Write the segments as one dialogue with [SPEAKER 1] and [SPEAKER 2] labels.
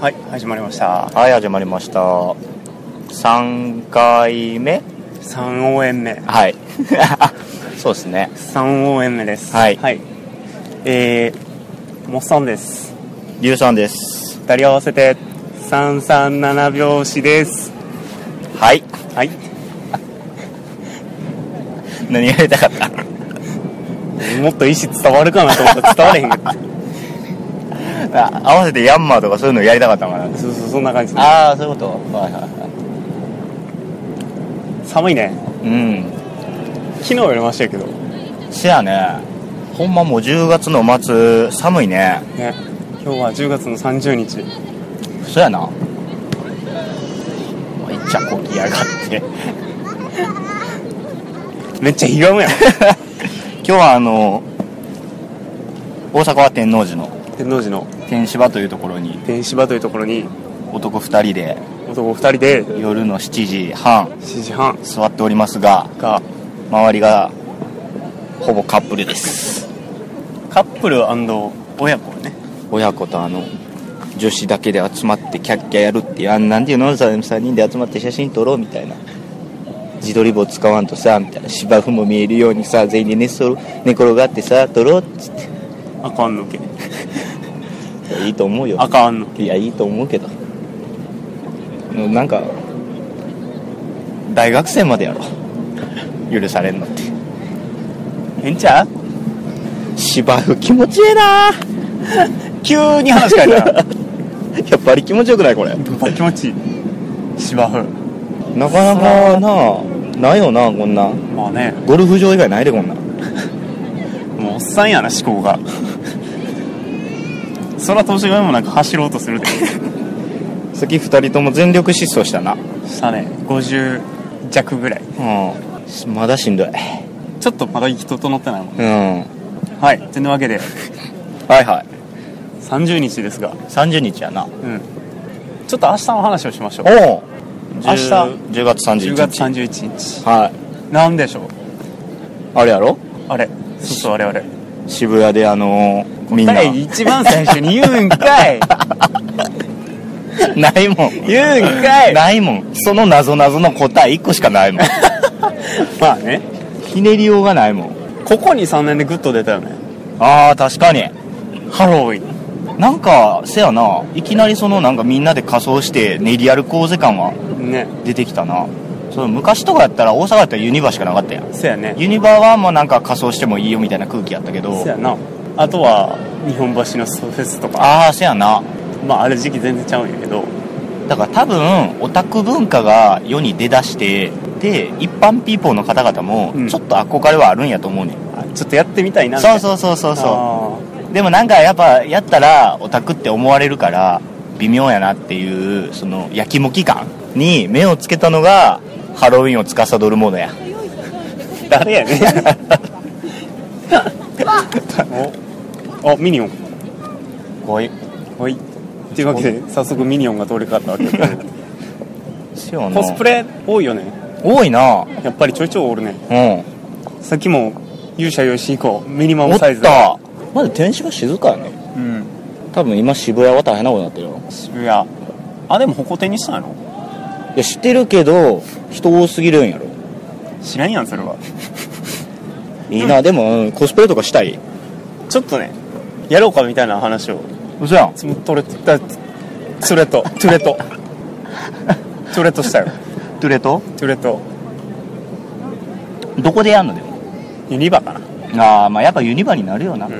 [SPEAKER 1] はい始まりました
[SPEAKER 2] はい始まりました3回目
[SPEAKER 1] 3応援目
[SPEAKER 2] はい そうですね
[SPEAKER 1] 3応援目です
[SPEAKER 2] はい
[SPEAKER 1] えー、モッソンです
[SPEAKER 2] リュウさんです
[SPEAKER 1] 2人合わせて337拍子です
[SPEAKER 2] はい
[SPEAKER 1] はい
[SPEAKER 2] 何が言いたかった
[SPEAKER 1] もっと意思伝わるかなと思ったら伝われへんか った
[SPEAKER 2] あ合わせてヤンマーとかそういうのやりたかったのかな
[SPEAKER 1] そうそうそんな感じ
[SPEAKER 2] ああそういうことはいはいは
[SPEAKER 1] 寒いね
[SPEAKER 2] いうん
[SPEAKER 1] 昨日よりましたけど
[SPEAKER 2] せやねほんまもう10月の末寒いね
[SPEAKER 1] ね今日は10月の30日
[SPEAKER 2] そやなめっちゃこきやがって
[SPEAKER 1] めっちゃひ がむやん
[SPEAKER 2] 今日はあの大阪は天王寺の
[SPEAKER 1] 天王寺の
[SPEAKER 2] 天芝というところに
[SPEAKER 1] 天芝というところに
[SPEAKER 2] 男2人で
[SPEAKER 1] 男2人で
[SPEAKER 2] 夜の7時半
[SPEAKER 1] 7時半
[SPEAKER 2] 座っておりますが
[SPEAKER 1] が
[SPEAKER 2] 周りがほぼカップルです
[SPEAKER 1] カップル親子ね
[SPEAKER 2] 親子とあの女子だけで集まってキャッキャやるっていうあんなんていうの3人で集まって写真撮ろうみたいな自撮り棒使わんとさみたいな芝生も見えるようにさ全員で寝そろ寝転がってさ撮ろうっつって
[SPEAKER 1] あかんのけ
[SPEAKER 2] いやいいと思うよ
[SPEAKER 1] あかんの
[SPEAKER 2] いやいいと思うけどなんか大学生までやろ許されんのって
[SPEAKER 1] 変ちゃう
[SPEAKER 2] 芝生気持ちええな
[SPEAKER 1] 急に話変え たら
[SPEAKER 2] やっぱり気持ちよくないこれ
[SPEAKER 1] やっぱ気持ちいい芝生
[SPEAKER 2] なかなかなないよなこんな
[SPEAKER 1] まあね
[SPEAKER 2] ゴルフ場以外ないでこんな
[SPEAKER 1] もうおっさんやな思考がそら年上もなんか走ろうとするで
[SPEAKER 2] さっき2人とも全力疾走したな
[SPEAKER 1] したね50弱ぐらい
[SPEAKER 2] うんまだしんどい
[SPEAKER 1] ちょっとまだ息整ってないもん
[SPEAKER 2] うんは
[SPEAKER 1] はいというわけで
[SPEAKER 2] いはい
[SPEAKER 1] 30日ですが
[SPEAKER 2] 30日やな
[SPEAKER 1] うんちょっと明日の話をしましょう
[SPEAKER 2] おお
[SPEAKER 1] 明日
[SPEAKER 2] 10月31日
[SPEAKER 1] 10月31日
[SPEAKER 2] はい
[SPEAKER 1] なんでしょう
[SPEAKER 2] あれやろ
[SPEAKER 1] あれそうそうあれあれ
[SPEAKER 2] 渋谷であのー、みんな
[SPEAKER 1] 答え一番最初に言うんかい
[SPEAKER 2] ないもん
[SPEAKER 1] 言うんかい
[SPEAKER 2] ないもんその謎謎の答え1個しかないもん
[SPEAKER 1] まあね
[SPEAKER 2] ひねりようがないもん
[SPEAKER 1] ここに3年でグッと出たよね
[SPEAKER 2] ああ確かに
[SPEAKER 1] ハロウィン
[SPEAKER 2] なんかせやないきなりそのなんかみんなで仮装して練り歩こうぜ感は
[SPEAKER 1] ね
[SPEAKER 2] 出てきたなその昔とかやったら大阪やったらユニバしかなかったやん
[SPEAKER 1] そやね
[SPEAKER 2] ユニバはもうなんか仮装してもいいよみたいな空気やったけど
[SPEAKER 1] そやなあとは日本橋のソフェスとか
[SPEAKER 2] ああせやな
[SPEAKER 1] まああれ時期全然ちゃうんやけど
[SPEAKER 2] だから多分オタク文化が世に出だしてで一般ピーポーの方々も
[SPEAKER 1] うん
[SPEAKER 2] ちょっと憧れはあるんやと思うねん、
[SPEAKER 1] あちょっとやってみたいな
[SPEAKER 2] そう
[SPEAKER 1] う
[SPEAKER 2] そうそうそうそう
[SPEAKER 1] そう
[SPEAKER 2] でもなんかやっぱやったらオタクって思われるから微妙やなっていうそのやきもき感に目をつけたのがハロウィンを司るものや
[SPEAKER 1] 誰やね おおミニオン
[SPEAKER 2] こういう
[SPEAKER 1] はいというわけで早速ミニオンが通りかかったわけだけど コスプ
[SPEAKER 2] レ
[SPEAKER 1] レ多いよね
[SPEAKER 2] 多いな
[SPEAKER 1] やっぱりちょいちょいおるね
[SPEAKER 2] うん
[SPEAKER 1] さっきも勇者よし以降ミニマ
[SPEAKER 2] お
[SPEAKER 1] ム
[SPEAKER 2] っ
[SPEAKER 1] サイズ
[SPEAKER 2] たまだ天使が静かやね
[SPEAKER 1] うん
[SPEAKER 2] 多分今渋谷は大変なことになってるよ
[SPEAKER 1] 渋谷あでもホコ天にしたの
[SPEAKER 2] いや知ってるけど人多すぎるんやろ
[SPEAKER 1] 知らんやんそれはい
[SPEAKER 2] いな、でも、うんコスプレとかしたい
[SPEAKER 1] ちょっとねやろうかみたいな話を
[SPEAKER 2] 嘘やん
[SPEAKER 1] そのトレだトゥレットトゥレット トゥレットしたよ
[SPEAKER 2] トゥレと
[SPEAKER 1] トゥレット
[SPEAKER 2] どこでやんのでも
[SPEAKER 1] ユニバかなだか
[SPEAKER 2] ああまあやっぱユニバになるよな、
[SPEAKER 1] ん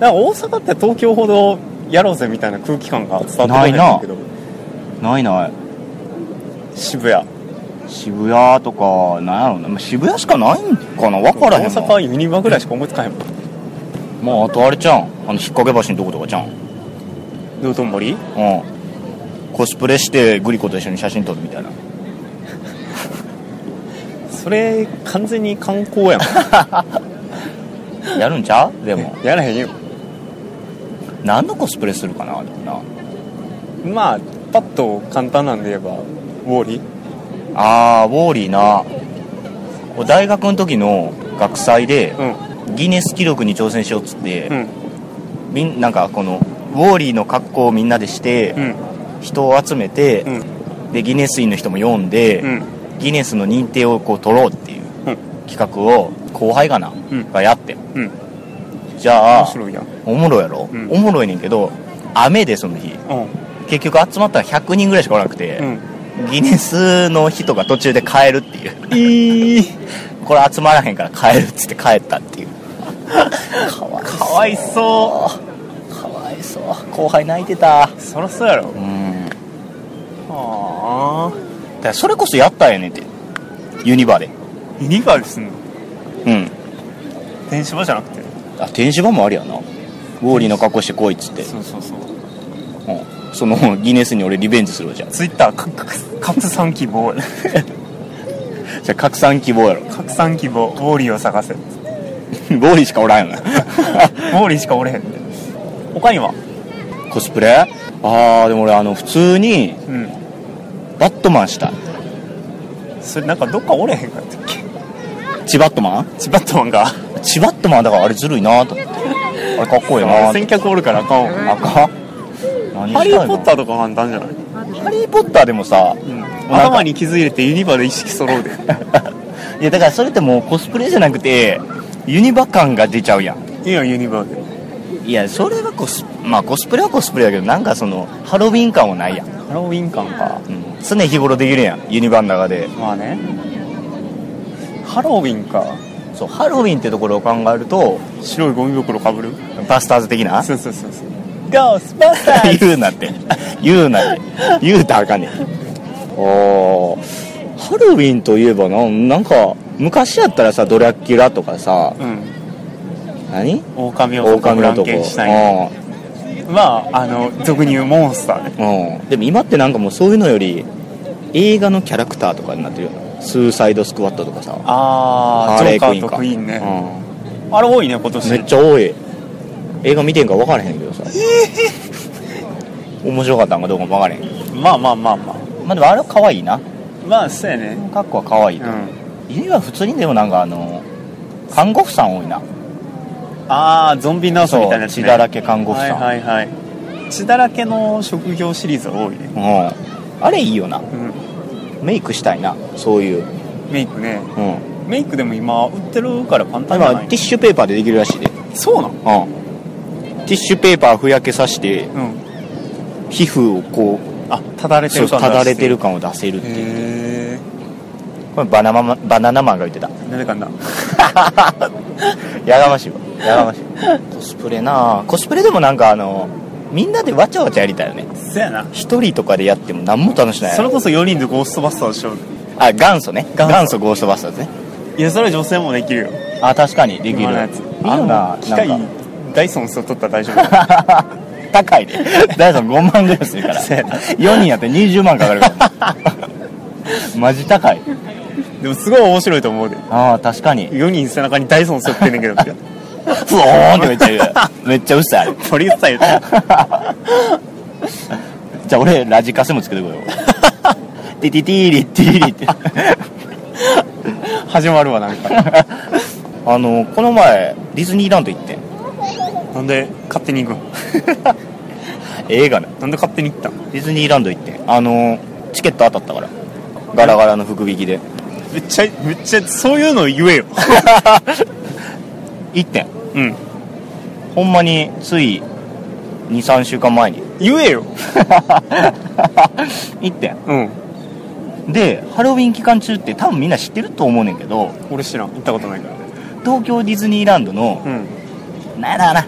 [SPEAKER 1] ら大阪って東京ほどやろうぜみたいな空気感が伝わってこないんだけど
[SPEAKER 2] ないない
[SPEAKER 1] 渋谷
[SPEAKER 2] 渋谷とかなんやろうな、まあ、渋谷しかないんかな分からへ
[SPEAKER 1] 大
[SPEAKER 2] んな
[SPEAKER 1] 阪はユニバぐらいしか思いつかへんもん
[SPEAKER 2] まああとあれちゃうんあの引っ掛け橋のとことかちゃうんう
[SPEAKER 1] 道頓堀
[SPEAKER 2] んコスプレしてグリコと一緒に写真撮るみたいな
[SPEAKER 1] それ完全に観光やもん
[SPEAKER 2] やるんちゃうでも
[SPEAKER 1] やらへんよ
[SPEAKER 2] 何のコスプレするかなでもな
[SPEAKER 1] まあパッと簡単なんで言えばウォーリー
[SPEAKER 2] ああウォーリーな俺大学の時の学祭で
[SPEAKER 1] う
[SPEAKER 2] ギネス記録に挑戦しようっつって、
[SPEAKER 1] んうん
[SPEAKER 2] みんなんかこのウォーリーの格好をみんなでして、
[SPEAKER 1] うん
[SPEAKER 2] 引っ人を集めて、
[SPEAKER 1] うん
[SPEAKER 2] でギネス員の人も読んで、
[SPEAKER 1] うん
[SPEAKER 2] ギネスの認定をこう取ろうっていう
[SPEAKER 1] うん
[SPEAKER 2] 企画を後輩かな、
[SPEAKER 1] うん
[SPEAKER 2] がやって
[SPEAKER 1] うん
[SPEAKER 2] じゃあ
[SPEAKER 1] 面白いやん
[SPEAKER 2] おもろいやろ、
[SPEAKER 1] うん
[SPEAKER 2] おもろいねんけど雨でその日
[SPEAKER 1] うん
[SPEAKER 2] 結局集まったら100人ぐらいしかおらなくて、
[SPEAKER 1] うん
[SPEAKER 2] ギネスの人が途中で帰るっていう
[SPEAKER 1] いい
[SPEAKER 2] これ集まらへんから帰るっつって帰ったっていう
[SPEAKER 1] かわいそ
[SPEAKER 2] かわいそう後輩泣いてた
[SPEAKER 1] うそらそうやろ
[SPEAKER 2] うん
[SPEAKER 1] は
[SPEAKER 2] だからそれこそやったんやねんてユニバで
[SPEAKER 1] あユニバールすんの
[SPEAKER 2] うん
[SPEAKER 1] 電子版じゃなくて
[SPEAKER 2] あ転示板もありやなウォーリーの格好してこいっつって、
[SPEAKER 1] そうそうそう
[SPEAKER 2] うん、そのギネスに俺リベンジするわじゃ
[SPEAKER 1] ツイッターかか拡散希 望
[SPEAKER 2] あじゃあ拡散希望やろ ウ
[SPEAKER 1] 拡散希望ウォーリーを探 せウ
[SPEAKER 2] ォーリーしかおらんよな
[SPEAKER 1] ォーリーしかおれへんで他には
[SPEAKER 2] コスプレああでも俺あの普通に
[SPEAKER 1] うん
[SPEAKER 2] バットマンしたい
[SPEAKER 1] それなんかどっかおれへんかったっけ
[SPEAKER 2] チバットマン
[SPEAKER 1] チバットマンが
[SPEAKER 2] チバットマンだからあれずるいなと思ってあれかっこいいなと思って
[SPEAKER 1] 先客おるからあかんわ
[SPEAKER 2] あかん何
[SPEAKER 1] ハリー・ポッタ
[SPEAKER 2] ー
[SPEAKER 1] ーとか簡単じゃない、
[SPEAKER 2] ハリー・ポッターでもさ、
[SPEAKER 1] 頭に傷入れてユニバで意識揃うで
[SPEAKER 2] いやだからそれってもうコスプレじゃなくてユニバ感が出ちゃうやん
[SPEAKER 1] いいやんユニバで
[SPEAKER 2] いやそれはコスまあコスプレはコスプレだけどなんかそのハロウィン感はないやん、
[SPEAKER 1] ハロウィン感か
[SPEAKER 2] うん、常日頃できるやんユニバの中で
[SPEAKER 1] まあねハロウィンか
[SPEAKER 2] そうハロウィンってところを考えると
[SPEAKER 1] 白いゴミ袋かぶる
[SPEAKER 2] バスターズ的な
[SPEAKER 1] そうそうそうそうゴースバスタ
[SPEAKER 2] 言うなって言うなって言うたらあかんねんあーハロウィンといえばななんか昔やったらさドラキュラとかさ
[SPEAKER 1] うん
[SPEAKER 2] 何
[SPEAKER 1] 狼男
[SPEAKER 2] 狼
[SPEAKER 1] ブラン
[SPEAKER 2] 男
[SPEAKER 1] ケンシュタインまああの俗に言うモンスターね
[SPEAKER 2] うんうんでも今ってなんかもうそういうのより映画のキャラクターとかになってるよなスーサイドスクワットとかさ
[SPEAKER 1] あ
[SPEAKER 2] ハ
[SPEAKER 1] あジョ
[SPEAKER 2] レ
[SPEAKER 1] ーカーと
[SPEAKER 2] か
[SPEAKER 1] クイーンね、
[SPEAKER 2] う
[SPEAKER 1] あれ多いね今
[SPEAKER 2] ん
[SPEAKER 1] 年
[SPEAKER 2] めっちゃ多い映画見てんか分からへんけどさ面白かったんかどうかも分からへん
[SPEAKER 1] まあまあまあまあ
[SPEAKER 2] まあでもあれは可愛いな
[SPEAKER 1] まあそうやね
[SPEAKER 2] カッコは可愛いと思う
[SPEAKER 1] うん
[SPEAKER 2] 家は普通にでもなんかあの看護婦さん多いな
[SPEAKER 1] ああゾンビナースみたいなやつ、
[SPEAKER 2] 血
[SPEAKER 1] ね、
[SPEAKER 2] だらけ看護婦
[SPEAKER 1] はい
[SPEAKER 2] さん、
[SPEAKER 1] はいはい血だらけの職業シリーズは多いね、
[SPEAKER 2] うん、あれいいよな
[SPEAKER 1] うん、
[SPEAKER 2] メイクしたいなそういう、
[SPEAKER 1] メイクね
[SPEAKER 2] うん、
[SPEAKER 1] メイクでも今売ってるから簡
[SPEAKER 2] 今
[SPEAKER 1] 単
[SPEAKER 2] テ
[SPEAKER 1] じゃ
[SPEAKER 2] ィ
[SPEAKER 1] ない
[SPEAKER 2] ッシュペーパーでできるらしいで、うん、
[SPEAKER 1] そうなの
[SPEAKER 2] ティッシュペーパーふやけさして
[SPEAKER 1] うん
[SPEAKER 2] 皮膚をこ
[SPEAKER 1] あただれ
[SPEAKER 2] う
[SPEAKER 1] て
[SPEAKER 2] そう
[SPEAKER 1] る
[SPEAKER 2] た
[SPEAKER 1] 感
[SPEAKER 2] だれて
[SPEAKER 1] る
[SPEAKER 2] る感を出せる
[SPEAKER 1] へえ
[SPEAKER 2] これバナナマンバナナマンが言ってた
[SPEAKER 1] 誰かな
[SPEAKER 2] やがましいわやがましい コスプレなあコスプレでもなんかあのみんなでわちゃわちゃやりたいよね
[SPEAKER 1] そやな
[SPEAKER 2] 一人とかでやっても何も楽しない
[SPEAKER 1] それこそ4人でゴーストバスターでしょ
[SPEAKER 2] あ元祖ね
[SPEAKER 1] 元祖
[SPEAKER 2] 元祖ゴーストバスターズね
[SPEAKER 1] いやそれ女性もできるよ
[SPEAKER 2] あ確かにできる
[SPEAKER 1] 今のやつ
[SPEAKER 2] あんな
[SPEAKER 1] 機
[SPEAKER 2] な
[SPEAKER 1] 械
[SPEAKER 2] んか
[SPEAKER 1] ダイソンスを取ったら大丈夫
[SPEAKER 2] 高いでダイソン5万ぐらいするから
[SPEAKER 1] せやな
[SPEAKER 2] 4人やって20万かかるからマジ高い
[SPEAKER 1] でもすごい面白いと思うで
[SPEAKER 2] ああ確かに
[SPEAKER 1] 4人背中にダイソン背負ってんねんけどみ たいな
[SPEAKER 2] ふおーんってめっちゃ言うめっちゃうっさいあれ
[SPEAKER 1] ポリスタイル
[SPEAKER 2] じゃあ俺ラジカセもつけてこようティティティーリティーリって
[SPEAKER 1] 始まるわなんか
[SPEAKER 2] あのこの前ディズニーランド行ってん
[SPEAKER 1] なんで勝手に行くの
[SPEAKER 2] 映画ね
[SPEAKER 1] なんで勝手に行ったの
[SPEAKER 2] ディズニーランド行ってんあのチケット当たったからガラガラの福引きで
[SPEAKER 1] めっちゃめっちゃそういうの言えよ
[SPEAKER 2] 行ってん
[SPEAKER 1] うん
[SPEAKER 2] ほんまについ23週間前に
[SPEAKER 1] 言えよ
[SPEAKER 2] 行ってん
[SPEAKER 1] うん
[SPEAKER 2] でハロウィン期間中って多分みんな知ってると思うねんけど
[SPEAKER 1] 俺知らん行ったことないから
[SPEAKER 2] 東京ディズニーランドの
[SPEAKER 1] うん
[SPEAKER 2] なんだかな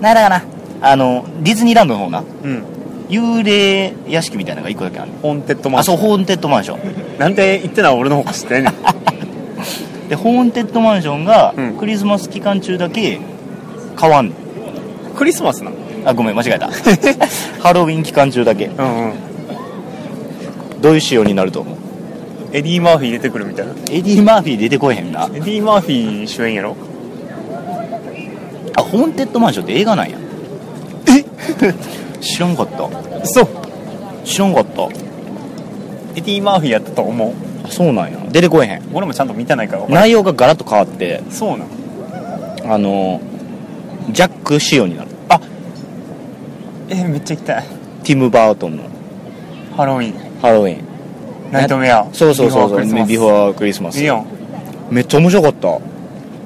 [SPEAKER 2] なんだかなあのディズニーランドの方な
[SPEAKER 1] うん
[SPEAKER 2] 幽霊屋敷みたいなのが1個だけある
[SPEAKER 1] ホーンテッドマ
[SPEAKER 2] あ
[SPEAKER 1] ンショ
[SPEAKER 2] そう
[SPEAKER 1] ン
[SPEAKER 2] ホーンテッドマンショ
[SPEAKER 1] なんで言ってのは俺の方が知ってんねん
[SPEAKER 2] ンでホーンテッドマンションが
[SPEAKER 1] うん
[SPEAKER 2] クリスマス期間中だけ変わんの
[SPEAKER 1] クリスマスなの
[SPEAKER 2] あごめん間 違えたハロウィン期間中だけ
[SPEAKER 1] うんうん
[SPEAKER 2] どういう仕様になると思う
[SPEAKER 1] エディ・マーフィー出てくるみたいな
[SPEAKER 2] エディ・マーフィー出てこえへんな
[SPEAKER 1] エディ・マーフィー主演やろ
[SPEAKER 2] あホーンテッドマンションって映画なんやえ 知らんかった
[SPEAKER 1] そう
[SPEAKER 2] 知らんかった
[SPEAKER 1] エディ・マーフィーやったと思う
[SPEAKER 2] あそうなんや出てこえへん
[SPEAKER 1] 俺もちゃんと見てないから分から
[SPEAKER 2] 内容がガラッと変わって
[SPEAKER 1] んそうなの
[SPEAKER 2] あのジャック仕様になる
[SPEAKER 1] えめっちゃ行きたい
[SPEAKER 2] ティム・バートンの
[SPEAKER 1] ハロウィン
[SPEAKER 2] ハロウィン
[SPEAKER 1] ナイトメア
[SPEAKER 2] そうそうそうそう
[SPEAKER 1] ビフォークリスマスいい
[SPEAKER 2] ビフォークリスマス
[SPEAKER 1] やん
[SPEAKER 2] めっちゃ面白かった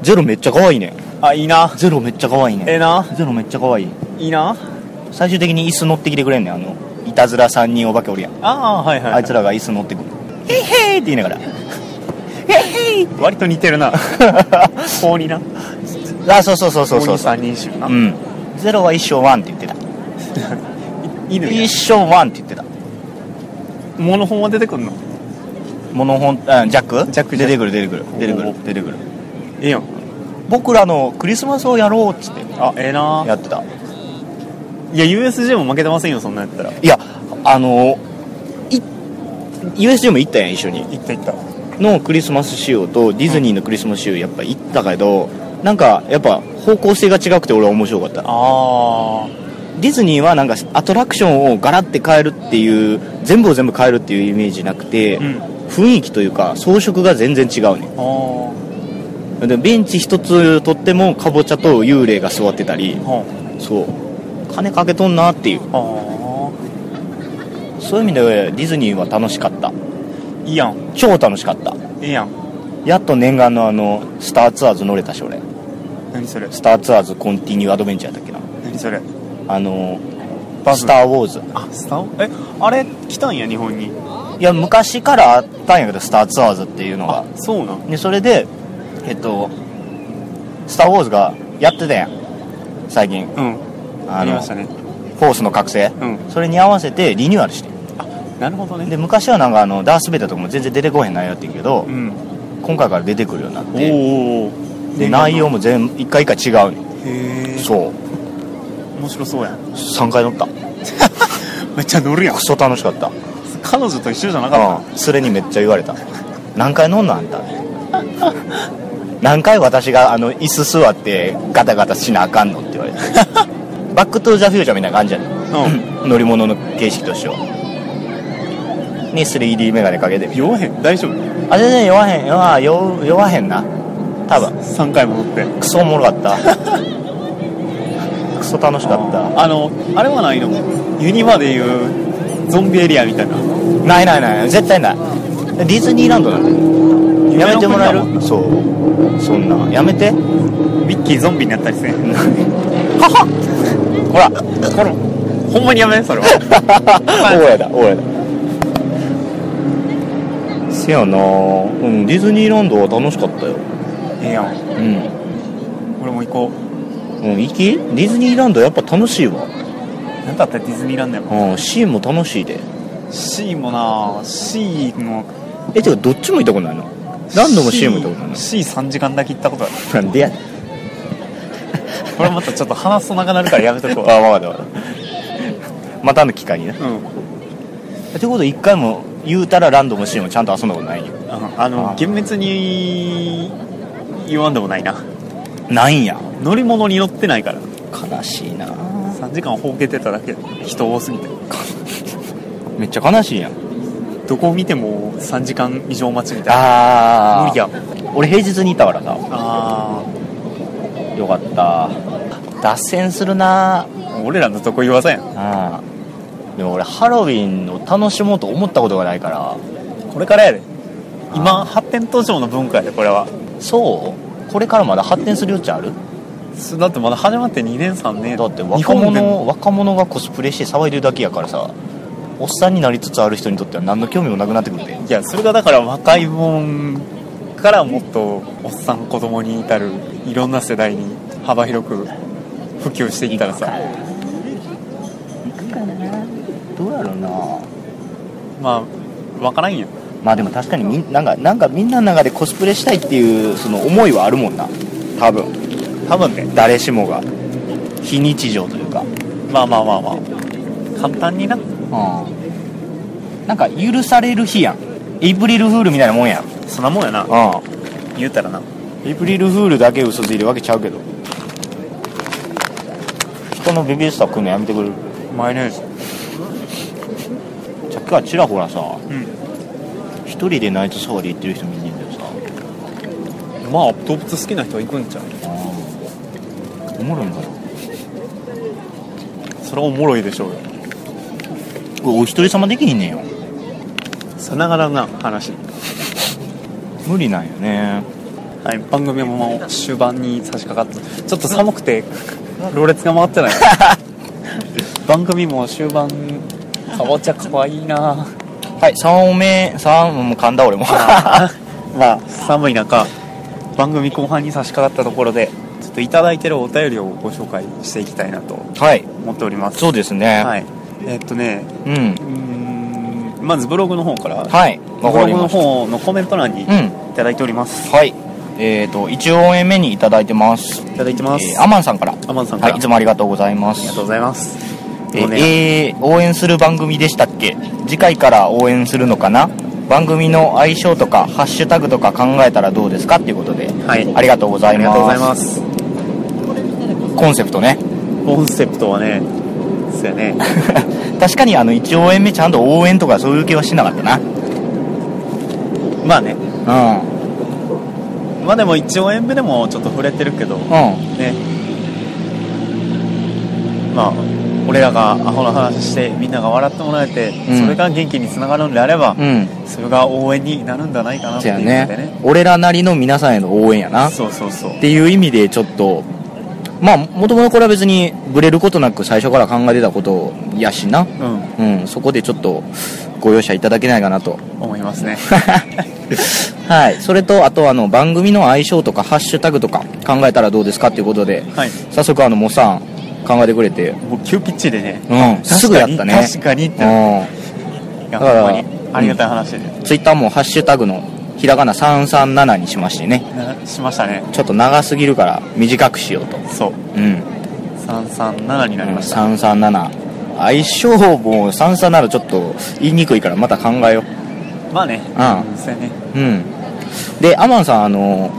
[SPEAKER 2] ゼロめっちゃ可愛いね
[SPEAKER 1] あいいな
[SPEAKER 2] ゼロめっちゃ可愛いね
[SPEAKER 1] ええな
[SPEAKER 2] ゼロめっちゃ可愛い
[SPEAKER 1] いいな
[SPEAKER 2] 最終的に椅子乗ってきてくれんねんあのいたずら3人お化けおるやん
[SPEAKER 1] ああーはいはい、
[SPEAKER 2] あいつらが椅子乗ってくる「へいへい!」って言いながら「へいへい!
[SPEAKER 1] 割と似てる な法にな」
[SPEAKER 2] あそうそうそうそう
[SPEAKER 1] 法に
[SPEAKER 2] そうそう
[SPEAKER 1] 三人衆な、
[SPEAKER 2] うんゼロは一生ワンって言ってた
[SPEAKER 1] 犬や
[SPEAKER 2] 一生ワンって言ってた
[SPEAKER 1] モノホンは出てくんの
[SPEAKER 2] モノホンあジャック
[SPEAKER 1] ジャック
[SPEAKER 2] 出てくる出てくる出てく
[SPEAKER 1] お
[SPEAKER 2] る
[SPEAKER 1] ー
[SPEAKER 2] 出てくる
[SPEAKER 1] いいやん
[SPEAKER 2] 僕らのクリスマスをやろうっつって
[SPEAKER 1] あええな
[SPEAKER 2] やってた
[SPEAKER 1] いや USJ も負けてませんよそんなんやったら
[SPEAKER 2] いやあのい USJ も行ったやん一緒に
[SPEAKER 1] いったいった
[SPEAKER 2] のクリスマス仕様とディズニーのクリスマス仕様やっぱ行ったけどなんかやっぱ方向性が違くて俺は面白かった
[SPEAKER 1] ああ
[SPEAKER 2] ディズニーはなんかアトラクションをガラッて変えるっていう全部を全部変えるっていうイメージなくて、
[SPEAKER 1] うん
[SPEAKER 2] 雰囲気というか装飾が全然違うね
[SPEAKER 1] あー
[SPEAKER 2] でベンチ一つとってもかぼちゃと幽霊が座ってたり
[SPEAKER 1] は
[SPEAKER 2] そう金かけとんなっていう
[SPEAKER 1] ああ
[SPEAKER 2] そういう意味でディズニーは楽しかった
[SPEAKER 1] ーいいやん
[SPEAKER 2] 超楽しかった
[SPEAKER 1] いいやん
[SPEAKER 2] やっと念願のあのスターツアーズ乗れたし俺
[SPEAKER 1] 何それ
[SPEAKER 2] スターツアーズコンティニューアドベンチャーだっけな
[SPEAKER 1] 何それ
[SPEAKER 2] あの
[SPEAKER 1] バズ
[SPEAKER 2] スター・ウォーズ
[SPEAKER 1] あスタオえあれ来たんや日本に
[SPEAKER 2] いや昔からあったんやけどスター・ツアーズっていうのが
[SPEAKER 1] そうなん
[SPEAKER 2] でそれでえっと「スター・ウォーズ」がやってたやん最近
[SPEAKER 1] うんあ
[SPEAKER 2] あ
[SPEAKER 1] り
[SPEAKER 2] の
[SPEAKER 1] ましたね
[SPEAKER 2] フォースの覚醒、
[SPEAKER 1] うん
[SPEAKER 2] それに合わせてリニューアルして
[SPEAKER 1] なるほどね
[SPEAKER 2] で昔はなんかあのダース・ベイダーとかも全然出てこへん内容やってんけど、
[SPEAKER 1] うん
[SPEAKER 2] 今回から出てくるようになっ
[SPEAKER 1] お
[SPEAKER 2] て
[SPEAKER 1] お
[SPEAKER 2] で内容も全一回一回違うねん
[SPEAKER 1] へえ
[SPEAKER 2] そう
[SPEAKER 1] 面白そうやん
[SPEAKER 2] 3回乗った
[SPEAKER 1] めっちゃ乗るやん
[SPEAKER 2] クソ楽しかった
[SPEAKER 1] 彼女と一緒じゃなかっ
[SPEAKER 2] うんそれにめっちゃ言われた何回飲んだあんた何回私があの椅子座ってガタガタしなあかんのって言われてバック・トゥ・ザ・フューチャーみたいな感じやねん
[SPEAKER 1] たうん
[SPEAKER 2] 乗り物の形式としてはに 3D メガネかけてみる
[SPEAKER 1] 酔わへん大丈夫
[SPEAKER 2] あ全然酔わへん酔わ酔う酔わへんな多分
[SPEAKER 1] 3回も乗って
[SPEAKER 2] クソおもろかった クソ楽しかった
[SPEAKER 1] あのあれはないのユニバでいうゾンビエリアみたいな
[SPEAKER 2] ないないない絶対ないディズニーランドなんてやめてもらえる
[SPEAKER 1] 夢の
[SPEAKER 2] そうそんなやめて
[SPEAKER 1] 国だもんミッキーゾンビになったりせん
[SPEAKER 2] ほら
[SPEAKER 1] ほらほんまにやめそれは
[SPEAKER 2] 大家だ大家だせやなうんディズニーランドは楽しかったよ
[SPEAKER 1] ええやん
[SPEAKER 2] うん
[SPEAKER 1] 俺も行こ
[SPEAKER 2] うん、行きディズニーランドやっぱ楽しいわ、
[SPEAKER 1] うなんだったらディズニーランドやもん
[SPEAKER 2] うん、シーンも楽しいで
[SPEAKER 1] C もな C の
[SPEAKER 2] えてかどっちも行ったことないのランドもシーンも行ったことない
[SPEAKER 1] C3 時間だけ行ったことある
[SPEAKER 2] のなんでやねん
[SPEAKER 1] これまたちょっと話すと長なるからやめと
[SPEAKER 2] あ
[SPEAKER 1] こ
[SPEAKER 2] 分
[SPEAKER 1] う
[SPEAKER 2] かった分かったまたの機会にな
[SPEAKER 1] うん
[SPEAKER 2] ってこと一回も言うたらランドもシーンもちゃんと遊んだことないよ
[SPEAKER 1] あの
[SPEAKER 2] あ
[SPEAKER 1] 厳密に言わんでもないな
[SPEAKER 2] ないんや
[SPEAKER 1] 乗り物に乗ってないから
[SPEAKER 2] 悲しいな
[SPEAKER 1] 3時間ほうけてただけ人多すぎて
[SPEAKER 2] めっちゃ悲しいやん
[SPEAKER 1] どこを見ても3時間以上待ちみたいな
[SPEAKER 2] あ
[SPEAKER 1] 無理や
[SPEAKER 2] 俺平日にいたからさ
[SPEAKER 1] あ
[SPEAKER 2] よかった脱線するな
[SPEAKER 1] あ俺らのとこ言わせん
[SPEAKER 2] あーでも俺ハロウィンを楽しもうと思ったことがないから
[SPEAKER 1] これからやで今発展途上の文化やでこれは
[SPEAKER 2] そうこれからまだ発展する余地ある
[SPEAKER 1] すだってまだ始まって2年3年
[SPEAKER 2] だって
[SPEAKER 1] 日
[SPEAKER 2] 若
[SPEAKER 1] 本でも
[SPEAKER 2] 者若者がコスプレして騒いでるだけやからさおっさんになりつつある人にとっては何の興味もなくなってくるで
[SPEAKER 1] いやそれがだから若いもんからもっとおっさん子供に至るいろんな世代に幅広く普及していったらさ
[SPEAKER 2] どうやろうな
[SPEAKER 1] まあわからんや
[SPEAKER 2] まあでも確かにみんなんかなんかみんなの中でコスプレしたいっていうその思いはあるもんな多分
[SPEAKER 1] 多分ね
[SPEAKER 2] 誰しもが非日常というか
[SPEAKER 1] まあまあまあまあ簡単にな
[SPEAKER 2] うんなんか許される日やんエイプリルフールみたいなもんやん
[SPEAKER 1] そんなもんやな
[SPEAKER 2] うん
[SPEAKER 1] 言うたらな
[SPEAKER 2] エイプリルフールだけ嘘ついてるわけちゃうけど人のベビースター来るのやめてくれる
[SPEAKER 1] マヨネーズ
[SPEAKER 2] さっきからちらほらさ
[SPEAKER 1] う
[SPEAKER 2] 一人でナイトサワリ行ってる人見んねんけどさ
[SPEAKER 1] んまあ動物好きな人は行くんちゃう
[SPEAKER 2] おもろいんだろ
[SPEAKER 1] それはおもろいでしょうよ
[SPEAKER 2] お一人様できひんねんよ
[SPEAKER 1] さながらな話
[SPEAKER 2] 無理なんよね
[SPEAKER 1] はい番組ももう終盤に差し掛かってちょっと寒くてろれつが回って ない番組も終盤かぼちゃかわいいな
[SPEAKER 2] はい3本目3もう噛んだ俺も
[SPEAKER 1] まあ寒い中番組後半に差し掛かったところでちょっといただいてるお便りをご紹介していきたいなと
[SPEAKER 2] はい
[SPEAKER 1] 思っております
[SPEAKER 2] そうですね、
[SPEAKER 1] はいえっとね
[SPEAKER 2] うん
[SPEAKER 1] うーんまずブログの方から
[SPEAKER 2] はいわ
[SPEAKER 1] ブ
[SPEAKER 2] か
[SPEAKER 1] ログ
[SPEAKER 2] り
[SPEAKER 1] の
[SPEAKER 2] ました
[SPEAKER 1] 方のコメント欄にい
[SPEAKER 2] うん
[SPEAKER 1] ただいております、
[SPEAKER 2] はいえっ、と1応援目にいただいてます
[SPEAKER 1] いただいてます、
[SPEAKER 2] えーアマンさんから
[SPEAKER 1] アマンさんから、
[SPEAKER 2] はいいつもありがとうございま
[SPEAKER 1] ありが
[SPEAKER 2] す
[SPEAKER 1] とうございます
[SPEAKER 2] え
[SPEAKER 1] もうね
[SPEAKER 2] えー応援する番組でしたっけ次回から応援するのかな番組の相性とかハッシュタグとか考えたらどうですかっていうことで
[SPEAKER 1] はい
[SPEAKER 2] ありがとうござ
[SPEAKER 1] あ
[SPEAKER 2] い
[SPEAKER 1] り
[SPEAKER 2] ま
[SPEAKER 1] が
[SPEAKER 2] す
[SPEAKER 1] とうございます
[SPEAKER 2] コンセプトね
[SPEAKER 1] コンセプトはねそうやね
[SPEAKER 2] 確かにあの一応応援目ちゃんと応援とかそういう気はしなかった
[SPEAKER 1] まあね
[SPEAKER 2] なうん
[SPEAKER 1] まあでも一応演舞でもちょっと触れてるけど
[SPEAKER 2] うん
[SPEAKER 1] ねまあ俺らがアホな話してみんなが笑ってもらえて、
[SPEAKER 2] うん
[SPEAKER 1] それが元気につながるのであれば、
[SPEAKER 2] うん
[SPEAKER 1] それが応援になるんじゃないかなって
[SPEAKER 2] そ
[SPEAKER 1] いうう
[SPEAKER 2] や
[SPEAKER 1] のでね
[SPEAKER 2] ね俺らなりの皆さんへの応援やなっ
[SPEAKER 1] そうそうそう
[SPEAKER 2] ていう意味でちょっとまあもともとこれは別にブレることなく最初から考えてたことやしな
[SPEAKER 1] うん
[SPEAKER 2] うんそこでちょっとご容赦いただけないかなと
[SPEAKER 1] 思いますね
[SPEAKER 2] はい、それとあとあの番組の相性とかハッシュタグとか考えたらどうですかっていうことで
[SPEAKER 1] はい
[SPEAKER 2] 早速あのモさん考えてくれて、
[SPEAKER 1] もう急ピッチでね
[SPEAKER 2] うん、すぐやったね
[SPEAKER 1] 確かに確かにっていや
[SPEAKER 2] だから
[SPEAKER 1] ほんまにありがたい話で、
[SPEAKER 2] ツイッターもハッシュタグのひらがな337にしましてね
[SPEAKER 1] なしましたね
[SPEAKER 2] ちょっと長すぎるから短くしようと、
[SPEAKER 1] そう
[SPEAKER 2] うん、
[SPEAKER 1] 337になりました、
[SPEAKER 2] 337相性も337ちょっと言いにくいからまた考えよ
[SPEAKER 1] まあね
[SPEAKER 2] う
[SPEAKER 1] そうやね
[SPEAKER 2] う、うん、でアマンさんあの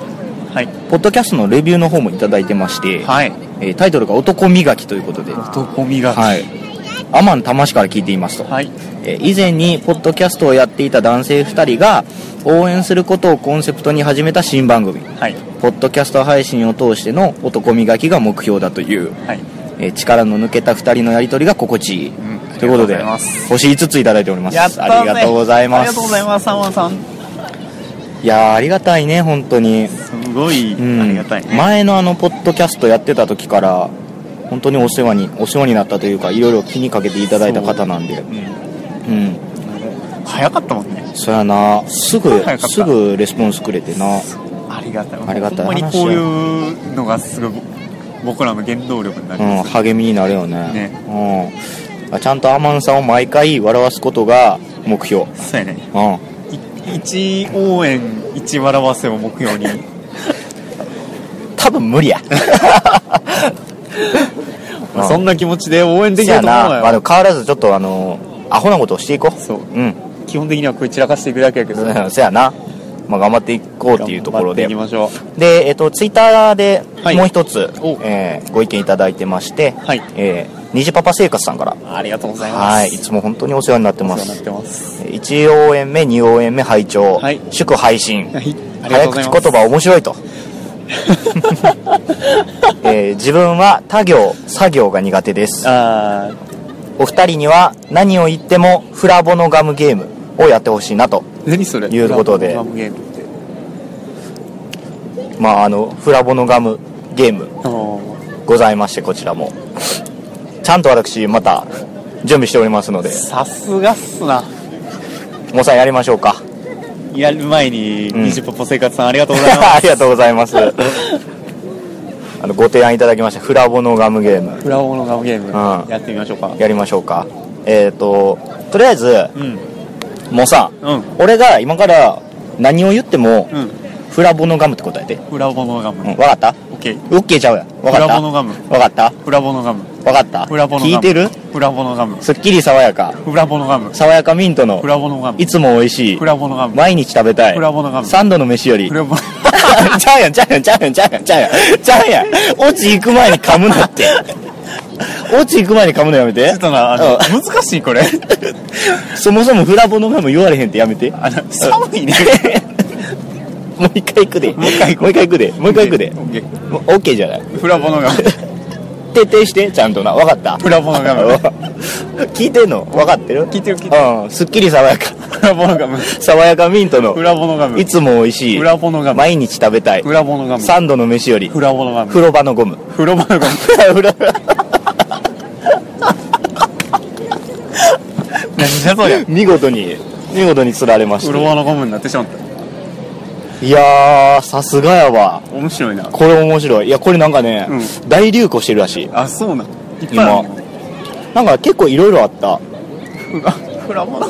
[SPEAKER 1] はい
[SPEAKER 2] ポッドキャストのレビューの方もいただいてまして、
[SPEAKER 1] はい
[SPEAKER 2] えータイトルが「男磨き」ということで
[SPEAKER 1] 男磨き
[SPEAKER 2] はい、アマン玉市から聞いていますと、
[SPEAKER 1] はい
[SPEAKER 2] えー以前にポッドキャストをやっていた男性2人が応援することをコンセプトに始めた新番組
[SPEAKER 1] はい
[SPEAKER 2] ポッドキャスト配信を通しての男磨きが目標だという、
[SPEAKER 1] はい
[SPEAKER 2] えー力の抜けた2人のやり取りが心地いい、
[SPEAKER 1] ん
[SPEAKER 2] ということで
[SPEAKER 1] ありがとうございます
[SPEAKER 2] 星5ついただいております
[SPEAKER 1] やった
[SPEAKER 2] ありがとうございま
[SPEAKER 1] あり
[SPEAKER 2] す
[SPEAKER 1] がとうございます、さんまさん。
[SPEAKER 2] いやーありがたいね本当に
[SPEAKER 1] すごい、
[SPEAKER 2] うん
[SPEAKER 1] ありがたいね。
[SPEAKER 2] 前のあのポッドキャストやってた時から本当にお世話にお世話になったというかいろいろ気にかけていただいた方なんで
[SPEAKER 1] うん
[SPEAKER 2] うん
[SPEAKER 1] 早かったもんね。
[SPEAKER 2] そやなすぐ
[SPEAKER 1] 早かった
[SPEAKER 2] すぐレスポンスくれてな
[SPEAKER 1] ありがたい。
[SPEAKER 2] ありがたい
[SPEAKER 1] ほんまにこういうのがすごい僕らの原動力になり
[SPEAKER 2] うん、
[SPEAKER 1] ます。
[SPEAKER 2] 励みになるよねうんあちゃんとアマンさんを毎回笑わすことが目標
[SPEAKER 1] そうやね。
[SPEAKER 2] うん
[SPEAKER 1] い一応援、一笑わせを目標に。
[SPEAKER 2] 多分無理や
[SPEAKER 1] まあそんな気持ちで応援でき
[SPEAKER 2] そ
[SPEAKER 1] る
[SPEAKER 2] や
[SPEAKER 1] と思
[SPEAKER 2] な、
[SPEAKER 1] う
[SPEAKER 2] ま
[SPEAKER 1] わ
[SPEAKER 2] あ、で
[SPEAKER 1] よ。
[SPEAKER 2] も変わらずちょっとあのアホなことをしていこう
[SPEAKER 1] そう。
[SPEAKER 2] うん
[SPEAKER 1] 基本的には食い散らかしていくだけやけど。
[SPEAKER 2] うんそやな、まあ、頑張っていこうっていうところで
[SPEAKER 1] 頑張っていきましょ
[SPEAKER 2] で、えっとツイッターで
[SPEAKER 1] はい
[SPEAKER 2] もう一つ、
[SPEAKER 1] お
[SPEAKER 2] えーご意見いただいてまして、
[SPEAKER 1] はい
[SPEAKER 2] えー、虹パパ生活さんから
[SPEAKER 1] う。ありがとうございます。
[SPEAKER 2] はいいつも本当にお世話になって
[SPEAKER 1] お世
[SPEAKER 2] ま
[SPEAKER 1] 話になっ
[SPEAKER 2] す
[SPEAKER 1] てます。
[SPEAKER 2] 1応援目2応援目拝聴、
[SPEAKER 1] はい
[SPEAKER 2] 祝配 信
[SPEAKER 1] はい。ありがと
[SPEAKER 2] 早
[SPEAKER 1] うござい
[SPEAKER 2] 口
[SPEAKER 1] ます。
[SPEAKER 2] 言葉面白い と、えー自分は他行作業が苦手です
[SPEAKER 1] あ
[SPEAKER 2] お二人には何を言ってもフラボのガムゲームをやってほしいなと
[SPEAKER 1] ー何それ
[SPEAKER 2] いうことで
[SPEAKER 1] ラブゲームって。
[SPEAKER 2] まああのフラボのガムゲーム
[SPEAKER 1] あー
[SPEAKER 2] ございましてこちらもちゃんと私また準備しておりますので
[SPEAKER 1] さすがっすな
[SPEAKER 2] もうさんやりましょうか
[SPEAKER 1] やる前に
[SPEAKER 2] うん
[SPEAKER 1] 20歩歩生活さんありがとうござい ま
[SPEAKER 2] ありがとうございますあのご提案いただきましたフラボのガムゲーム
[SPEAKER 1] すフラオのガムゲーム
[SPEAKER 2] うん
[SPEAKER 1] やってみましょうか
[SPEAKER 2] やりましょうかえっ、ととりあえず
[SPEAKER 1] うん
[SPEAKER 2] もうさん
[SPEAKER 1] うん
[SPEAKER 2] 俺が今から何を言っても
[SPEAKER 1] うん
[SPEAKER 2] フラボのガムって答えて、
[SPEAKER 1] フラボのガム
[SPEAKER 2] うん、分かった
[SPEAKER 1] オッケー
[SPEAKER 2] オッケーちゃうやん分
[SPEAKER 1] フ
[SPEAKER 2] か
[SPEAKER 1] ラ
[SPEAKER 2] った
[SPEAKER 1] ボのガム
[SPEAKER 2] 分かった
[SPEAKER 1] フラボのガム
[SPEAKER 2] 分かった
[SPEAKER 1] フラボのガム
[SPEAKER 2] 聞いてる
[SPEAKER 1] フラボのガム
[SPEAKER 2] すっきり爽やか
[SPEAKER 1] フラボのガム
[SPEAKER 2] 爽やかミントの
[SPEAKER 1] フラボのガム
[SPEAKER 2] いつも美味しい
[SPEAKER 1] フラボのガム
[SPEAKER 2] 毎日食べたい
[SPEAKER 1] フラボのガム
[SPEAKER 2] 三度の飯より
[SPEAKER 1] フラボ
[SPEAKER 2] ちゃうやんちゃうやんちゃうやんちゃうやんちゃうやんちゃうやん落ち行く前に噛むなって落ち行く前に噛むのやめ
[SPEAKER 1] ち
[SPEAKER 2] て
[SPEAKER 1] ょっとなあの難しい これ
[SPEAKER 2] そもそもフラボのガム言われへんってやめて
[SPEAKER 1] あの寒いね
[SPEAKER 2] もう一回行くで
[SPEAKER 1] もう一回行こう
[SPEAKER 2] もう一回行くでもう一回行くで
[SPEAKER 1] オッケー
[SPEAKER 2] もう OK じゃない
[SPEAKER 1] フラボのガム
[SPEAKER 2] 徹底してちゃんとな分かった
[SPEAKER 1] プラボの画面
[SPEAKER 2] 聞いてんの分かってる
[SPEAKER 1] 聞いてる聞いて
[SPEAKER 2] うんすっきり爽やか
[SPEAKER 1] フラボのガム
[SPEAKER 2] 爽やかミントの
[SPEAKER 1] フラボのガム
[SPEAKER 2] いつも美味しい
[SPEAKER 1] フラボのガム
[SPEAKER 2] 毎日食べたい
[SPEAKER 1] フラボのガム
[SPEAKER 2] サンドの飯より
[SPEAKER 1] フラボのガム
[SPEAKER 2] 風呂場のゴム
[SPEAKER 1] フロボのガム
[SPEAKER 2] 風呂
[SPEAKER 1] 何じゃそりゃ
[SPEAKER 2] 見事に見事に釣られまし
[SPEAKER 1] フロボ
[SPEAKER 2] た
[SPEAKER 1] のガムになってしまった
[SPEAKER 2] いやーさすがやわ
[SPEAKER 1] 面白いな
[SPEAKER 2] これ面白いいやこれなんかね、
[SPEAKER 1] う
[SPEAKER 2] 大流行してるらしい
[SPEAKER 1] あそうなんいっぱいある
[SPEAKER 2] なんか結構いろいろあった
[SPEAKER 1] フラフラボの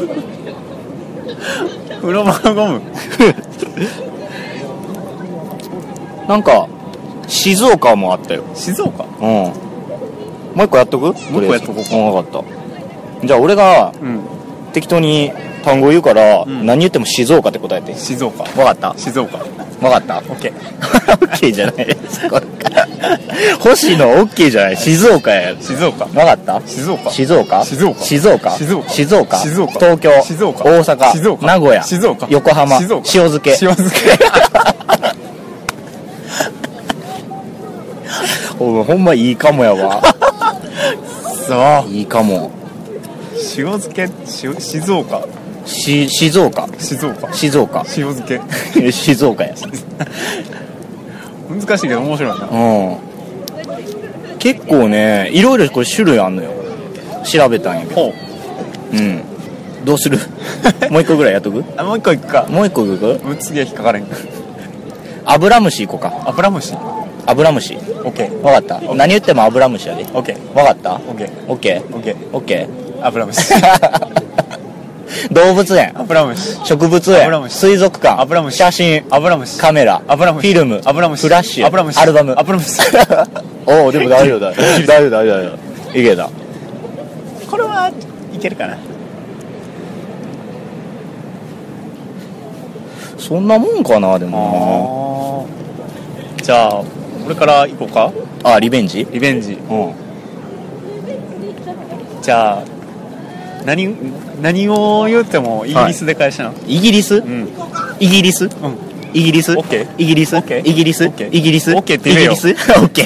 [SPEAKER 1] フラボのゴム
[SPEAKER 2] なんか静岡もあったよ
[SPEAKER 1] 静岡
[SPEAKER 2] うんもう一個やっとく
[SPEAKER 1] もう一個やっとこう
[SPEAKER 2] りあえずうん分かったじゃあ俺が
[SPEAKER 1] うん
[SPEAKER 2] 適当に単語言うから、
[SPEAKER 1] ん
[SPEAKER 2] 何言っても静岡って答えて
[SPEAKER 1] 静岡
[SPEAKER 2] 分かった
[SPEAKER 1] 静岡
[SPEAKER 2] 分かった
[SPEAKER 1] オッケー
[SPEAKER 2] OK じゃないですこれ星野 OK じゃない静岡や
[SPEAKER 1] 静岡
[SPEAKER 2] 分かった
[SPEAKER 1] 静岡
[SPEAKER 2] 静岡
[SPEAKER 1] 静岡
[SPEAKER 2] 静岡
[SPEAKER 1] 静岡
[SPEAKER 2] 静岡
[SPEAKER 1] 静岡
[SPEAKER 2] 東京
[SPEAKER 1] 静岡
[SPEAKER 2] 大阪
[SPEAKER 1] 静岡
[SPEAKER 2] 名古屋
[SPEAKER 1] 静岡
[SPEAKER 2] 横浜
[SPEAKER 1] 静岡
[SPEAKER 2] 塩漬け
[SPEAKER 1] 塩漬け
[SPEAKER 2] お前ほんまいいかもやわ
[SPEAKER 1] そう
[SPEAKER 2] いいかも
[SPEAKER 1] 塩漬け塩静岡
[SPEAKER 2] し静岡
[SPEAKER 1] 静岡
[SPEAKER 2] 静岡
[SPEAKER 1] 塩漬け
[SPEAKER 2] 静岡や
[SPEAKER 1] 難しいけど面白いな
[SPEAKER 2] うん結構ねいろいろこれ種類あんのよ調べたんやけど
[SPEAKER 1] ほう
[SPEAKER 2] うんどうする もう一個ぐらいやっとく
[SPEAKER 1] あもう一個いくか
[SPEAKER 2] もう一個いく
[SPEAKER 1] ぶつげ引っかかれん
[SPEAKER 2] アブラムシ行こうか
[SPEAKER 1] アブラムシ
[SPEAKER 2] アブラムシ
[SPEAKER 1] オッケー
[SPEAKER 2] わかった何言ってもアブラムシやで
[SPEAKER 1] オッケー
[SPEAKER 2] わかった
[SPEAKER 1] オッケー
[SPEAKER 2] オッケ
[SPEAKER 1] オッケ
[SPEAKER 2] ーオッケ
[SPEAKER 1] ーアブラムシ
[SPEAKER 2] ー動物園
[SPEAKER 1] アブラムシ
[SPEAKER 2] 植物
[SPEAKER 1] アブラム
[SPEAKER 2] 園
[SPEAKER 1] シ
[SPEAKER 2] 水族館
[SPEAKER 1] アブラムシ
[SPEAKER 2] 写真
[SPEAKER 1] アブラムシ
[SPEAKER 2] カメラ
[SPEAKER 1] アブラムシ
[SPEAKER 2] フィルム
[SPEAKER 1] アブラムシ
[SPEAKER 2] フラッシュ
[SPEAKER 1] アブラムシ
[SPEAKER 2] アルバム
[SPEAKER 1] アブラムシ
[SPEAKER 2] おおでも大丈夫だ大丈夫大丈夫大丈夫いけた
[SPEAKER 1] これはいけるかな
[SPEAKER 2] そんなもんかなでも
[SPEAKER 1] あーじゃあこれから行こうか
[SPEAKER 2] なあリベンジ
[SPEAKER 1] リベンジ
[SPEAKER 2] うん
[SPEAKER 1] じゃあ何何を言ってもイギリスで返しな、
[SPEAKER 2] イギリス
[SPEAKER 1] うん
[SPEAKER 2] イギリス
[SPEAKER 1] うん
[SPEAKER 2] イギリス
[SPEAKER 1] オッケー
[SPEAKER 2] イギリス
[SPEAKER 1] オッケー
[SPEAKER 2] イギリス
[SPEAKER 1] オッケー
[SPEAKER 2] イギリス
[SPEAKER 1] オッケーって言えよ
[SPEAKER 2] イギリスオッケ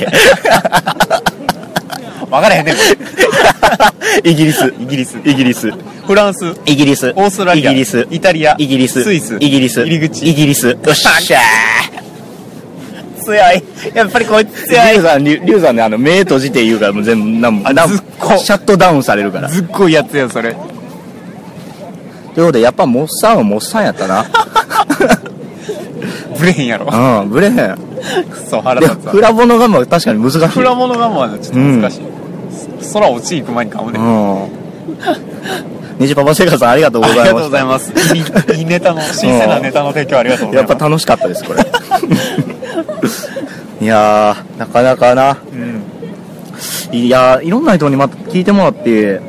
[SPEAKER 1] 分からへ んねん
[SPEAKER 2] ーイギリス
[SPEAKER 1] イギリス
[SPEAKER 2] イギリス
[SPEAKER 1] フランス
[SPEAKER 2] イギリス
[SPEAKER 1] オーストラリア
[SPEAKER 2] イギリス
[SPEAKER 1] イタリア
[SPEAKER 2] イギリス
[SPEAKER 1] スイス
[SPEAKER 2] イギリス
[SPEAKER 1] 入り口
[SPEAKER 2] イギリスよっしゃー
[SPEAKER 1] 強いやっぱりこいつ 強い
[SPEAKER 2] リュウさんリュリュウさんねあの目閉じて言うからもう全部なんも
[SPEAKER 1] あ
[SPEAKER 2] なんも
[SPEAKER 1] ずっこ
[SPEAKER 2] シャットダウンされるからとい
[SPEAKER 1] ずっこいやつやそれ
[SPEAKER 2] うことでやっぱモッサンはモッサンやった
[SPEAKER 1] ブレへんやろ
[SPEAKER 2] なうんブレへんで
[SPEAKER 1] クソ腹立つわ
[SPEAKER 2] フラボのガムは確かに難しい
[SPEAKER 1] フラモノガムはちょっと難しい、空落ち行く前に噛むね、
[SPEAKER 2] うん虹パパ生活さんありがとうご
[SPEAKER 1] あ
[SPEAKER 2] ざ
[SPEAKER 1] り
[SPEAKER 2] いま
[SPEAKER 1] が
[SPEAKER 2] し
[SPEAKER 1] とう
[SPEAKER 2] た
[SPEAKER 1] ございますいいいいネタの新鮮なネタの提供ありがとうござ
[SPEAKER 2] や
[SPEAKER 1] い
[SPEAKER 2] っ
[SPEAKER 1] ます
[SPEAKER 2] ぱ楽しかったですこれ いやーなかなか
[SPEAKER 1] う
[SPEAKER 2] な
[SPEAKER 1] ん
[SPEAKER 2] いやーいろんな人にまた聞いてもらって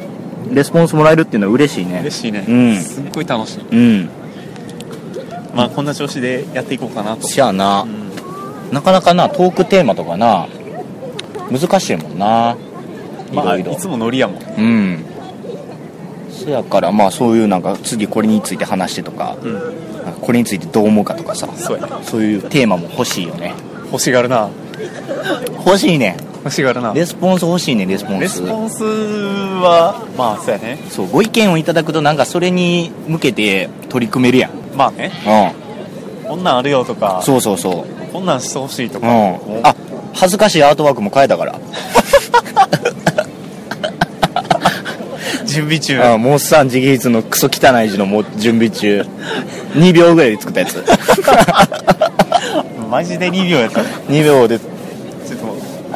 [SPEAKER 2] レスポンスもらえるっていうのは嬉しいね
[SPEAKER 1] 嬉しいね、
[SPEAKER 2] うん
[SPEAKER 1] すっごい楽しい
[SPEAKER 2] うん
[SPEAKER 1] まあこんな調子でやっていこうかなと、
[SPEAKER 2] しゃあな、
[SPEAKER 1] うん
[SPEAKER 2] なかなかなトークテーマとかな難しいもんな
[SPEAKER 1] まあ、
[SPEAKER 2] いろいろ
[SPEAKER 1] いつもノリやもん
[SPEAKER 2] うんせやからまあそういうなんか次これについて話してとか
[SPEAKER 1] うん
[SPEAKER 2] なんかこれについてどう思うかとかさ
[SPEAKER 1] そうやね
[SPEAKER 2] そういうテーマも欲しいよね
[SPEAKER 1] 欲しがるな
[SPEAKER 2] 欲しいね
[SPEAKER 1] 欲しがるな
[SPEAKER 2] レスポンス欲しいねレスポン
[SPEAKER 1] レ
[SPEAKER 2] ス
[SPEAKER 1] スポンスはまあそうやね
[SPEAKER 2] そうご意見をいただくとなんかそれに向けて取り組めるやん
[SPEAKER 1] まあね
[SPEAKER 2] う
[SPEAKER 1] こんなんあるよとか
[SPEAKER 2] んそうそうそう
[SPEAKER 1] こんなんしてほしいと
[SPEAKER 2] う
[SPEAKER 1] か、
[SPEAKER 2] んあ恥ずかしいアートワークも変えたから
[SPEAKER 1] 準備中
[SPEAKER 2] あモッサン直筆のクソ汚い字のもう準備中2秒ぐらいで作っ たやつ
[SPEAKER 1] マジで2秒やったね
[SPEAKER 2] 2秒で
[SPEAKER 1] ちょっ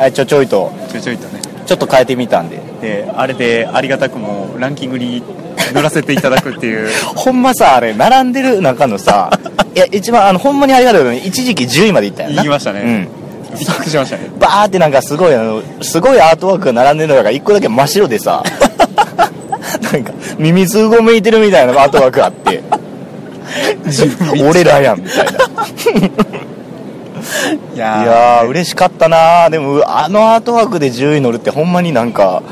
[SPEAKER 2] あちょちょいと
[SPEAKER 1] とちょいちょいとね
[SPEAKER 2] ちょっと変えてみたんで
[SPEAKER 1] であれでありがたくもランキングに乗らせていただくっていう
[SPEAKER 2] ほんまさあれ並んでる中のさいや一番あのほんまにありがたいことに一時期10位までいったよな
[SPEAKER 1] 行きましたね
[SPEAKER 2] うん
[SPEAKER 1] びっくりしましたね
[SPEAKER 2] バーってなんかすごいあのすごいアートワークが並んでるのが一個だけ真っ白 でさなんかミミズうごめいてるみたいなアートワークがあ って俺らやんみたいない
[SPEAKER 1] や
[SPEAKER 2] いやー嬉しかったなでもあのアートワークで10位乗るってほんまになんか、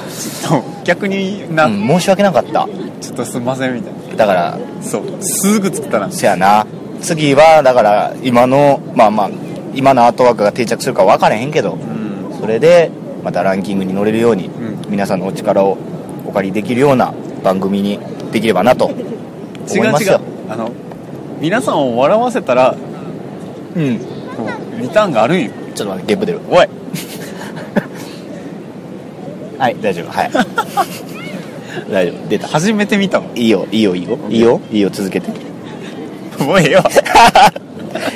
[SPEAKER 1] ちょっと逆にな、
[SPEAKER 2] うん、申し訳なかった
[SPEAKER 1] ちょっとすんませんみたいな
[SPEAKER 2] だから
[SPEAKER 1] そうすぐ作ったな
[SPEAKER 2] せやな次はだから今のまあまあ今のアートワークが定着するか分からへんけど
[SPEAKER 1] うん
[SPEAKER 2] それでまたランキングに乗れるように、
[SPEAKER 1] う
[SPEAKER 2] 皆さんのお力をお借りできるような番組にできればなと思
[SPEAKER 1] 違う
[SPEAKER 2] います
[SPEAKER 1] 違う
[SPEAKER 2] よ
[SPEAKER 1] あの皆さんを笑わせたら
[SPEAKER 2] うん
[SPEAKER 1] もうリターンがあるんよ
[SPEAKER 2] ちょっと待ってゲップ出る
[SPEAKER 1] おい
[SPEAKER 2] はい大丈夫はい 大丈夫出た
[SPEAKER 1] 初めて見 たの
[SPEAKER 2] いいよいいよいいよいいよいいよ続けて
[SPEAKER 1] もうええよ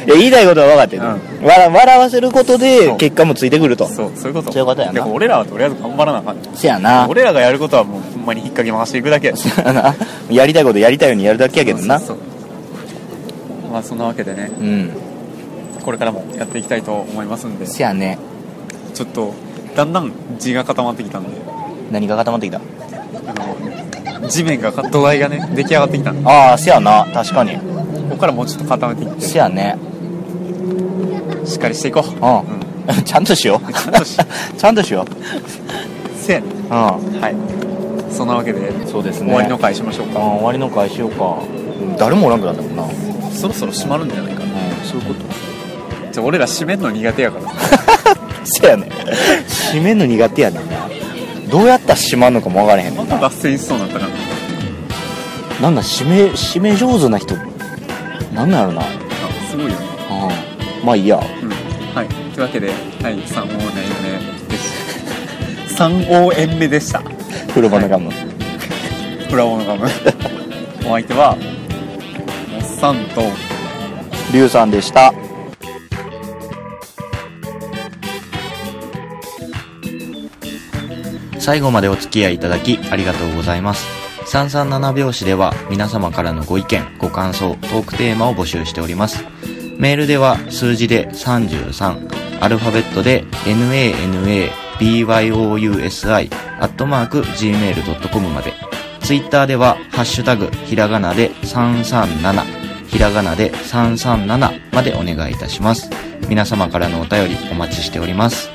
[SPEAKER 2] いや言いたいことは分かってる、
[SPEAKER 1] う
[SPEAKER 2] わら笑わせることで
[SPEAKER 1] そう
[SPEAKER 2] 結果もついてくると
[SPEAKER 1] そうそういうこと
[SPEAKER 2] そういうことやな
[SPEAKER 1] でも俺らはとりあえず頑張らなあかん
[SPEAKER 2] せやな
[SPEAKER 1] 俺らがやることはもうほんまに引っ掛け回していくだけ や
[SPEAKER 2] せやなやりたいことやりたいようにやるだけやけどな
[SPEAKER 1] そうまあそんなわけでね
[SPEAKER 2] うん
[SPEAKER 1] これからもやっていきたいと思いますんで
[SPEAKER 2] せやね
[SPEAKER 1] ちょっとだんだん地が固まってきたんで
[SPEAKER 2] 何が固まってきた
[SPEAKER 1] あの地面が土台がね出来上がってきたんで
[SPEAKER 2] ああせやな確かに
[SPEAKER 1] ここからもうちょっと固めていっ
[SPEAKER 2] せやね
[SPEAKER 1] てしっかりしていこう
[SPEAKER 2] うん
[SPEAKER 1] うん
[SPEAKER 2] ちゃんとしよう
[SPEAKER 1] ちゃんとし
[SPEAKER 2] ちゃんとしよ
[SPEAKER 1] せやね
[SPEAKER 2] ううん
[SPEAKER 1] はいそんなわけで
[SPEAKER 2] そうですね
[SPEAKER 1] 終わりの回しましょう
[SPEAKER 2] あー
[SPEAKER 1] か
[SPEAKER 2] 終わりの会しようかうん誰もおらんくなったもんな、うん、
[SPEAKER 1] そろそろ閉まるんじゃないかなそういうことじゃあ俺ら閉めんの苦手やから
[SPEAKER 2] せやね締めんの苦手やねんなどうやったら締まんのかも分からへんね
[SPEAKER 1] ま
[SPEAKER 2] んな
[SPEAKER 1] た脱線しそうになったな
[SPEAKER 2] なんだ締め締め上手な人なんなんやろな
[SPEAKER 1] あすごいよね
[SPEAKER 2] うんまあいいや
[SPEAKER 1] うんはいというわけで第3応援目でした3応援目でした
[SPEAKER 2] 風呂場のガム
[SPEAKER 1] プラモのガ ムお相手はおっさんと
[SPEAKER 2] リュウさんでした
[SPEAKER 3] 最後までお付き合いいただきありがとうございます。337拍子では皆様からのご意見、ご感想、トークテーマを募集しております。メールでは数字で33、アルファベットで nana, byousi, アットマーク gmail.com まで。ツイッターではハッシュタグ、ひらがなで337、ひらがなで337までお願いいたします。皆様からのお便りお待ちしております。